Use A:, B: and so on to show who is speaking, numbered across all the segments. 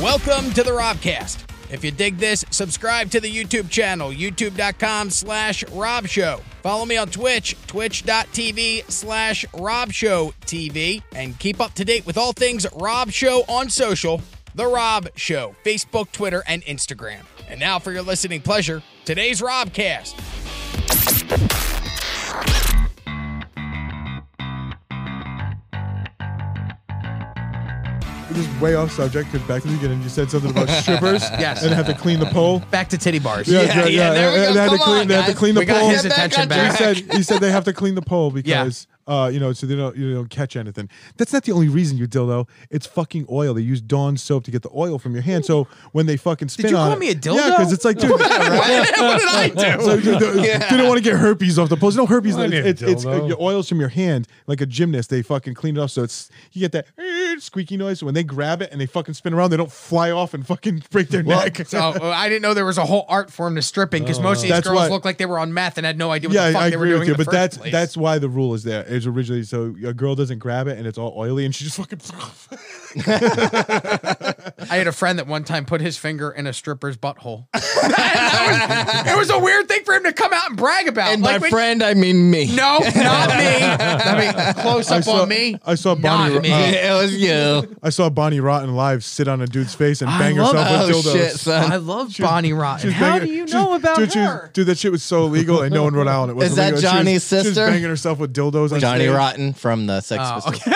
A: Welcome to the Robcast. If you dig this, subscribe to the YouTube channel, youtube.com slash robshow. Follow me on Twitch, twitch.tv slash robshowtv. And keep up to date with all things Rob Show on social, The Rob Show, Facebook, Twitter, and Instagram. And now for your listening pleasure, today's Robcast.
B: We're just way off subject because back to the beginning you said something about strippers.
A: Yes.
B: And have to clean the pole.
A: Back to titty bars.
B: Yeah, yeah, yeah.
A: there we
B: And
A: go.
B: they had to
A: Come
B: clean-
A: on,
B: they had to
A: guys.
B: clean the
A: we got
B: pole.
A: his
B: Get
C: back
A: attention
B: He
C: on
A: back.
C: track.
B: said he said they have to clean the pole because uh, you know, so they don't you don't catch anything. That's not the only reason you dildo. It's fucking oil. They use Dawn soap to get the oil from your hand. So when they fucking spin
A: you
B: on
A: call
B: it,
A: me a dildo?
B: Yeah, because it's like, dude,
A: what did I do?
B: So you don't, you don't want to get herpes off the poles. No herpes.
D: I
B: It's,
D: need a
B: it's, it's uh,
D: dildo.
B: your oils from your hand, like a gymnast. They fucking clean it off, so it's you get that eh, squeaky noise when they grab it and they fucking spin around. They don't fly off and fucking break their neck.
A: So uh, I didn't know there was a whole art form to stripping because most of these
B: That's
A: girls
B: why-
A: looked like they were on meth and had no idea what
B: yeah,
A: the fuck
B: I, I
A: they were
B: agree
A: doing.
B: with you,
A: in the
B: but
A: first
B: that's
A: place.
B: that's why the rule is there. It's originally so a girl doesn't grab it and it's all oily and she just fucking.
A: I had a friend that one time put his finger in a stripper's butthole. That was- it was a weird thing for him to come out and brag about.
C: And
A: Like,
C: by
A: when-
C: friend, I mean me.
A: no, not me. I mean, close
B: I
A: up
B: saw-
A: on me.
B: I saw Bonnie
A: Not me.
B: Ro-
C: it was you.
B: I saw Bonnie Rotten live sit on a dude's face and
A: I
B: bang
A: love-
B: herself
C: Oh
B: with dildos.
C: shit, son!
A: I love Bonnie Rotten.
B: She was
A: How
B: banging-
A: do you
B: she was-
A: know about
B: dude, she was-
A: her?
B: dude, that shit was so illegal, and no one Rhode Island. It wasn't
C: Is that
B: legal. She was-
C: Johnny's
B: she was
C: sister?
B: banging herself with dildos. on
C: Johnny
B: stage.
C: Rotten from the Sex
A: Oh,
C: Pistols.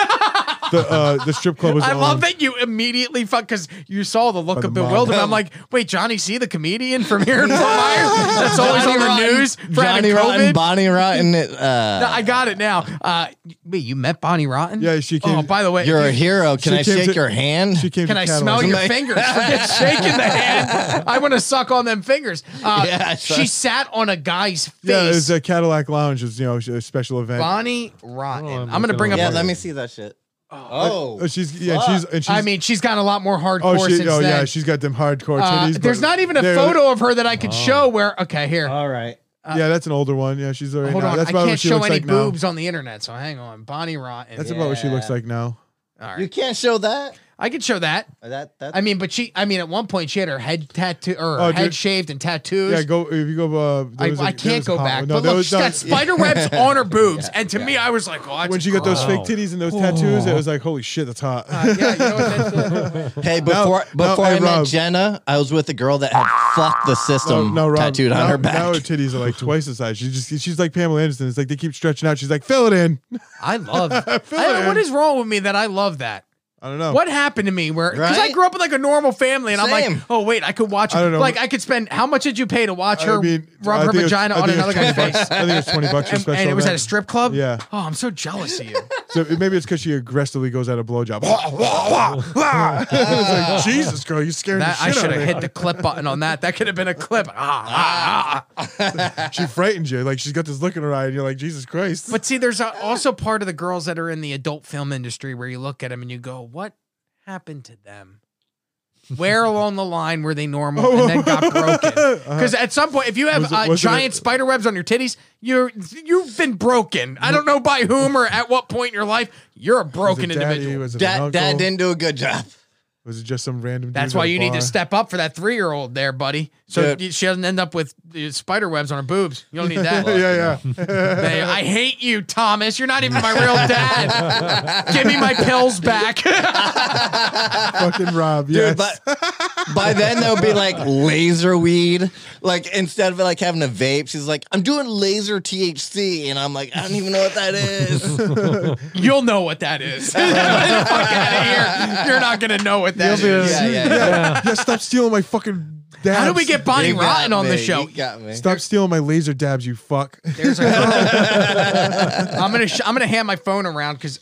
B: The uh, the strip club was.
A: I
B: on.
A: love that you immediately fuck because you saw the look
B: the
A: of
B: mob.
A: bewilderment. I'm like, wait, Johnny, see the comedian from here in Fort Myers? That's always on
C: Johnny
A: the
C: Rotten-
A: news. For having
C: Johnny Rotten,
A: COVID?
C: Bonnie Rotten. it,
A: No,
C: Uh,
A: I got it now. Uh, wait, you met Bonnie Rotten?
B: Yeah, she came-
A: Oh, by the way,
C: you're a hero. Can
B: She
C: I
B: came
C: shake
B: to-
C: your hand?
B: She came
A: can
B: to
A: I
B: Catalina.
A: smell your
C: Like-
A: fingers? Forget shaking the hand. I want to suck on them fingers. Uh,
C: Yeah, so-
A: she sat on a guy's face.
B: Yeah, it was a Cadillac Lounge. It was, you know a special event.
A: Bonnie Rotten.
D: Oh,
A: I'm,
D: I'm
A: gonna
D: looking
A: bring up.
C: yeah,
D: Bonnie.
C: let me see that shit. Oh,
B: Oh, she's yeah, she's and she's.
A: I mean, she's gotten a lot more hardcore
B: oh, she,
A: since
B: oh
A: then.
B: yeah, she's got Oh. them hardcore
A: Uh,
B: titties.
A: there's
B: but
A: not even a
B: they're-
A: photo of her that I could show where. Okay, here.
C: all right.
B: Yeah, that's an older one. Yeah, she's already.
A: Hold
B: now.
A: on.
B: That's
A: I
B: about
A: can't
B: what she
A: show
B: looks
A: any
B: like
A: boobs
B: Now.
A: on the internet, so hang on. Bonnie Rotten.
B: That's about what she looks
C: Yeah.
B: like now.
A: All right.
C: You can't show that.
A: I could show that.
C: That that.
A: I mean, but she, I mean, at one point she had her head tattoo or her
B: Oh,
A: head
B: dude.
A: shaved and tattoos.
B: Yeah, go if you go. Uh,
A: I,
B: there was a-
A: I
B: there
A: can't
B: was
A: go
B: a hot
A: back.
B: one. No,
A: but
B: there
A: look,
B: was-
A: she's
B: no,
A: got spider webs on her boobs, and to me, I was like, oh,
B: when she got those fake titties and those tattoos, it was like, holy shit, that's hot.
A: yeah, you know what that's-
C: hey, before
B: no,
C: before
B: hey,
C: I Ah. met
B: Rob.
C: Jenna, I was with a girl that had fucked the
B: No,
C: system
B: no, Rob,
C: tattooed
B: now,
C: on her back.
B: Now her titties are like twice the size. She just she's like Pamela Anderson. It's like they keep stretching out. She's like, fill it in.
A: I love. I don't know what is wrong with me that I love that.
B: I don't know.
A: What happened to me? Where because I
C: Right?
A: grew up with like a normal family, and I'm like,
C: Same.
A: oh wait, I could watch.
B: I don't know.
A: Like I could spend how much did you pay to watch her
B: I mean,
A: rub her
B: I think it was-
A: vagina
B: I
A: on
B: think it
A: another
B: was
A: guy's
B: 20
A: face?
B: bucks. I think it was twenty bucks for
A: And,
B: special.
A: and it was at a
B: event.
A: strip club.
B: Yeah.
A: Oh, I'm so jealous of you.
B: So it- maybe it's because she aggressively goes at a blowjob. Wah, wah, wah, wah. it's like Jesus, girl, you scared
A: That,
B: the
A: I
B: shit
A: should
B: out
A: have
B: of
A: hit the clip button on that. That could have been a clip. Ah, ah, ah.
B: me. She frightened you. Like she's got this look in her eye, and you're like, Jesus Christ.
A: But see, there's a, also part of the girls that are in the adult film industry where you look at them and you go, "What happened to them? Where along the line were they normal and then got broken?" Because at some point, if you have
B: Uh-huh. Was
A: uh,
B: it- was it-
A: giant spider webs on your titties, you're you've been broken. I don't know by whom or at what point in your life you're a broken individual.
B: Was it an
C: Dad,
B: uncle?
C: dad didn't do a good job.
B: Was it just some random?
A: That's
B: dude
A: why
B: at a
A: you need to
B: bar?
A: step up for that three year old there, buddy. So
C: Dude.
A: you- she doesn't end up with uh, spider webs on her boobs. You don't need that.
B: yeah, yeah.
A: Hey, I hate you, Thomas. You're not even my real dad. Give me my pills back.
B: Fucking Rob. Yes.
C: Dude, but by then there'll be like laser weed. Like instead of like having a vape, she's like, I'm doing laser THC, and I'm like, I don't even know what that is.
A: You'll know what that is. Get the fuck out of here. You're not gonna know what that is.
B: You'll be
C: yeah, yeah, yeah.
B: yeah. yeah, stop stealing my fucking dabs.
A: How do we get Bonnie
C: You got
A: Rotten on
C: me,
A: the show?
C: You got me.
B: Stop stealing my laser dabs, you fuck.
A: There's a girl- I'm gonna sh- I'm gonna hand my phone around because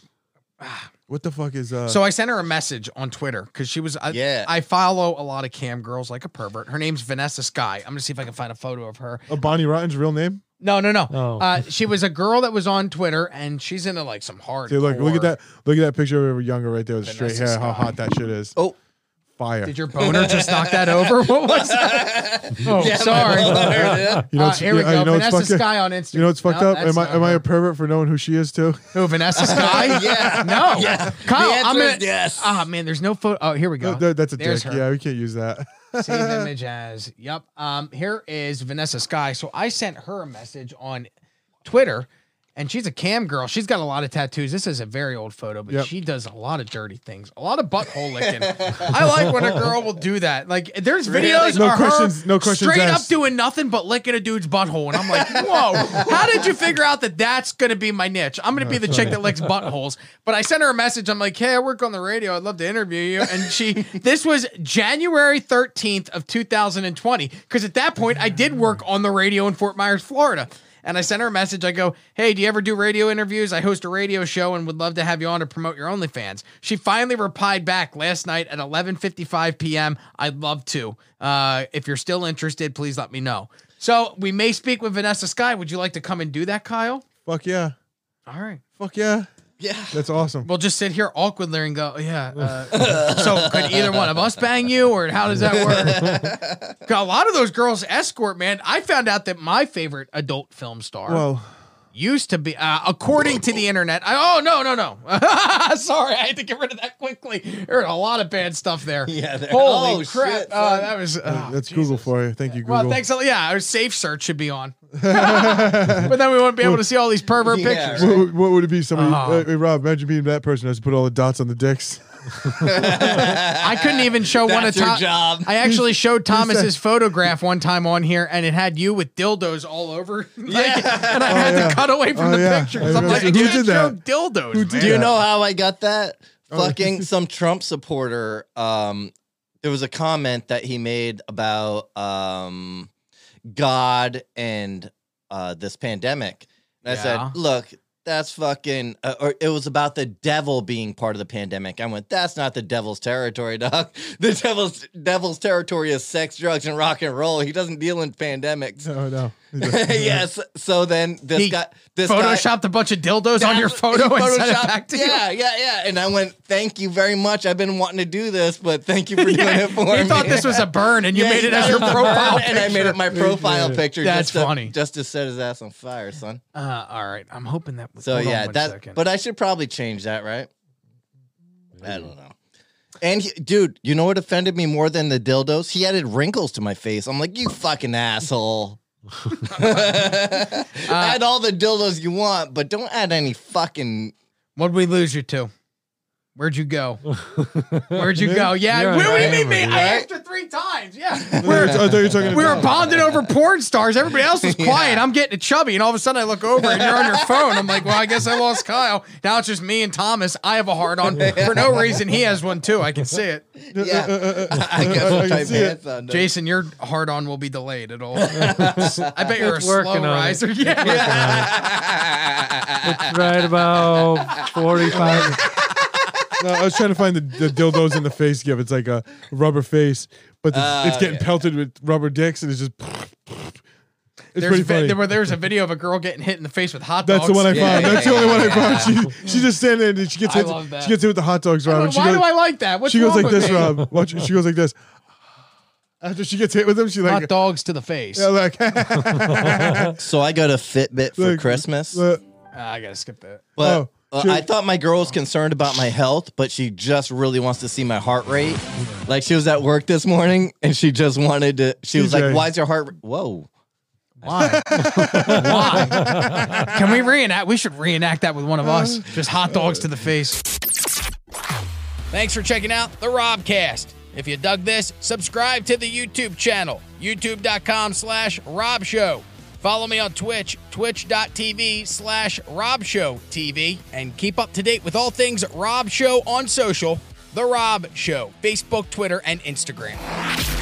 B: What the fuck is uh?
A: so I sent her a message on Twitter because she was I,
C: Yeah.
A: I follow a lot of cam girls like a pervert. Her name's Vanessa Sky. I'm gonna see if I can find a photo of her.
B: a Bonnie Rotten's real name?
A: No, no, no.
D: Oh.
A: Uh, she was a girl that was on Twitter and she's into like some hard.
B: Dude, look, look at that, look at that picture of her younger right there with the straight
A: Vanessa
B: hair. How
A: Sky.
B: hot that shit is.
C: Oh,
B: fire.
A: Did your boner just knock that over? What was that? Oh, sorry.
B: you know,
A: Uh,
B: it's-
A: here we
B: yeah,
A: go.
B: you know it's
A: Vanessa
B: fucked up.
A: Sky on Instagram.
B: You know what's fucked
A: No,
B: up?
A: that's
B: Am I
A: not
B: am I
A: her.
B: a pervert for knowing who she is too?
A: Who, Vanessa Sky?
C: Yeah.
A: No.
C: Yeah.
A: Kyle,
C: The answer
A: I'm
C: is
A: gonna,
C: yes.
A: Ah, man, there's no photo. Oh, here we go.
B: That- that's a
A: There's
B: dick.
A: her.
B: Yeah, we can't use that.
A: Save image as. Yep. Um, here is Vanessa Sky. So I sent her a message on Twitter, and she's a cam girl. She's got a lot of tattoos. This is a very old photo, but
B: Yep.
A: she does a lot of dirty things, a lot of butthole licking. I like when a girl will do that. Like there's videos
B: No
A: of
B: questions-
A: her
B: no questions
A: straight up
B: asked.
A: doing nothing but licking a dude's butthole, and I'm like, whoa, how did you figure out that that's gonna be my niche? I'm gonna be the chick that licks buttholes. But I sent her a message. I'm like, hey, I work on the radio. I'd love to interview you. And she, this was January 13th of 2020, because at that point I did work on the radio in Fort Myers, Florida. And I sent her a message. I go, Hey, do you ever do radio interviews? I host a radio show and would love to have you on to promote your OnlyFans. She finally replied back last night at 11:55 p.m. I'd love to. Uh, if you're still interested, please let me know. So we may speak with Vanessa Sky. Would you like to come and do that, Kyle?
B: Fuck yeah.
A: All right.
B: Fuck yeah.
C: Yeah.
B: That's awesome.
A: We'll just sit here awkwardly and go, yeah. Uh, so could either one of us bang you, or how does that work? Got a lot of those girls escort, man. I found out that my favorite adult film star
B: Well,
A: used to be, uh, according to the internet. I, oh no, no, no! Sorry, I had to get rid of that quickly. There were a lot of bad stuff there.
C: Yeah, there-
A: Holy
C: oh,
A: crap!
C: shit,
A: uh,
C: son.
A: that was. Uh,
B: that's Google for you. Thank you, Google.
A: well, thanks. a lot. Yeah, our safe search should be on, but then we wouldn't be able to see all these pervert
C: Yeah.
A: pictures.
B: What, would- what would it be? Somebody,
A: Uh-huh.
B: uh, hey, Rob, imagine being that person who has to put all the dots on the dicks.
A: I couldn't even show one of
C: That's your
A: Tom-
C: job.
A: I actually showed Thomas's photograph one time on here, and it had you with dildos all over, like, and I had
B: yeah.
A: to cut away from
B: Oh,
A: the
B: yeah.
A: pictures.
B: I
A: I'm like, I
B: remember- who
A: can't
B: did
A: show
B: that?
A: dildos.
B: Who did
A: man.
C: Do you
B: Yeah.
C: know how I got that?
B: Oh.
C: Fucking some Trump supporter. Um, there was a comment that he made about um, God and uh, this pandemic. And I
A: Yeah.
C: said, look, that's fucking, uh, or it was about the devil being part of the pandemic. I went, that's not the devil's territory, doc. The devil's devil's territory is sex, drugs, and rock and roll. He doesn't deal in pandemics.
B: No, no.
C: yes. So then this
A: He
C: guy, this guy,
A: photoshopped a bunch of dildos on your
C: That's-
A: photo
C: he
A: and sent it
C: photoshopped-
A: back to you.
C: Yeah, yeah, yeah. And I went, thank you very much. I've been wanting to do this, but thank you for doing it for me.
A: you thought this was a burn, and you
C: Yeah,
A: made it
C: he
A: as
C: thought
A: your
C: it was a
A: profile
C: burn, And I made it my profile picture.
A: That's
C: just to-
A: funny.
C: Just to set his ass on fire, son.
A: Uh, all right, I'm hoping that.
C: So
A: hold on
C: yeah,
A: one
C: that.
A: second.
C: But I should probably change that, right? I don't know. And he, dude, you know what offended me more than the dildos? He added wrinkles to my face. I'm like, you fucking asshole.
A: Uh,
C: add all the dildos you want, but don't add any fucking
A: What'd we lose you to? Where'd you go? Where'd you
B: Me?
A: go? Yeah.
D: Yeah,
A: what do you
D: right.
A: mean me? I
C: Right?
A: asked her three times. Yeah.
B: I thought you were talking
A: We were
B: about-
A: bonding over porn stars. Everybody else was quiet. I'm getting it chubby, and all of a sudden I look over and you're on your phone. I'm like, well, I guess I lost Kyle. Now it's just me and Thomas. I have a hard on for no reason. He has one too. I can see it.
C: Yeah, I got some
B: I
C: type
B: Oh, see it.
C: of on. Jason.
A: Jason, your hard on will be delayed at all. I bet you're a
D: It's
A: slow
D: working on it.
A: riser. Yeah.
D: It's right about 45.
B: No, I was trying to find the, the dildos in the face give. It's like a rubber face, but the,
A: Ah,
B: it's
C: Oh,
B: getting
C: yeah.
B: pelted with rubber dicks, and it's just. It's
A: There's,
B: pretty
A: vi-
B: funny.
A: there, were- there's a video of a girl getting hit in the face with hot
B: That's
A: dogs.
B: the one I
C: Yeah,
B: found.
C: yeah,
B: That's the
C: yeah,
B: only one
C: yeah.
B: I found. She, she's just standing there and she gets
A: I
B: hit.
A: love that.
B: She gets hit with the hot dogs, Rob. and she
A: Why do
B: goes-
A: I like that? What's
B: she goes
A: wrong
B: like
A: with
B: this,
A: me?
B: Rob. Watch. She goes like this. After she gets hit with them, she
A: Hot
B: like,
A: dogs to the face.
B: yeah, like,
C: So I got a Fitbit for
B: Like,
C: Christmas,
B: look.
A: Ah, I gotta skip that.
C: but
B: oh,
C: uh,
B: shoot.
C: I thought my girl was concerned about my health, but she just really wants to see my heart rate. Like she was at work this morning and she just wanted to. She was
B: TJ.
C: like, "Why's your heart? ra- Whoa."
A: Why? Why? Uh. Can we reenact? We should reenact that with one of us. Just hot dogs to the face. Thanks for checking out the Robcast. If you dug this, subscribe to the YouTube channel, youtube.com slash Rob Show. Follow me on Twitch, twitch.tv slash Rob Show TV, and keep up to date with all things Rob Show on social, The Rob Show, Facebook, Twitter, and Instagram.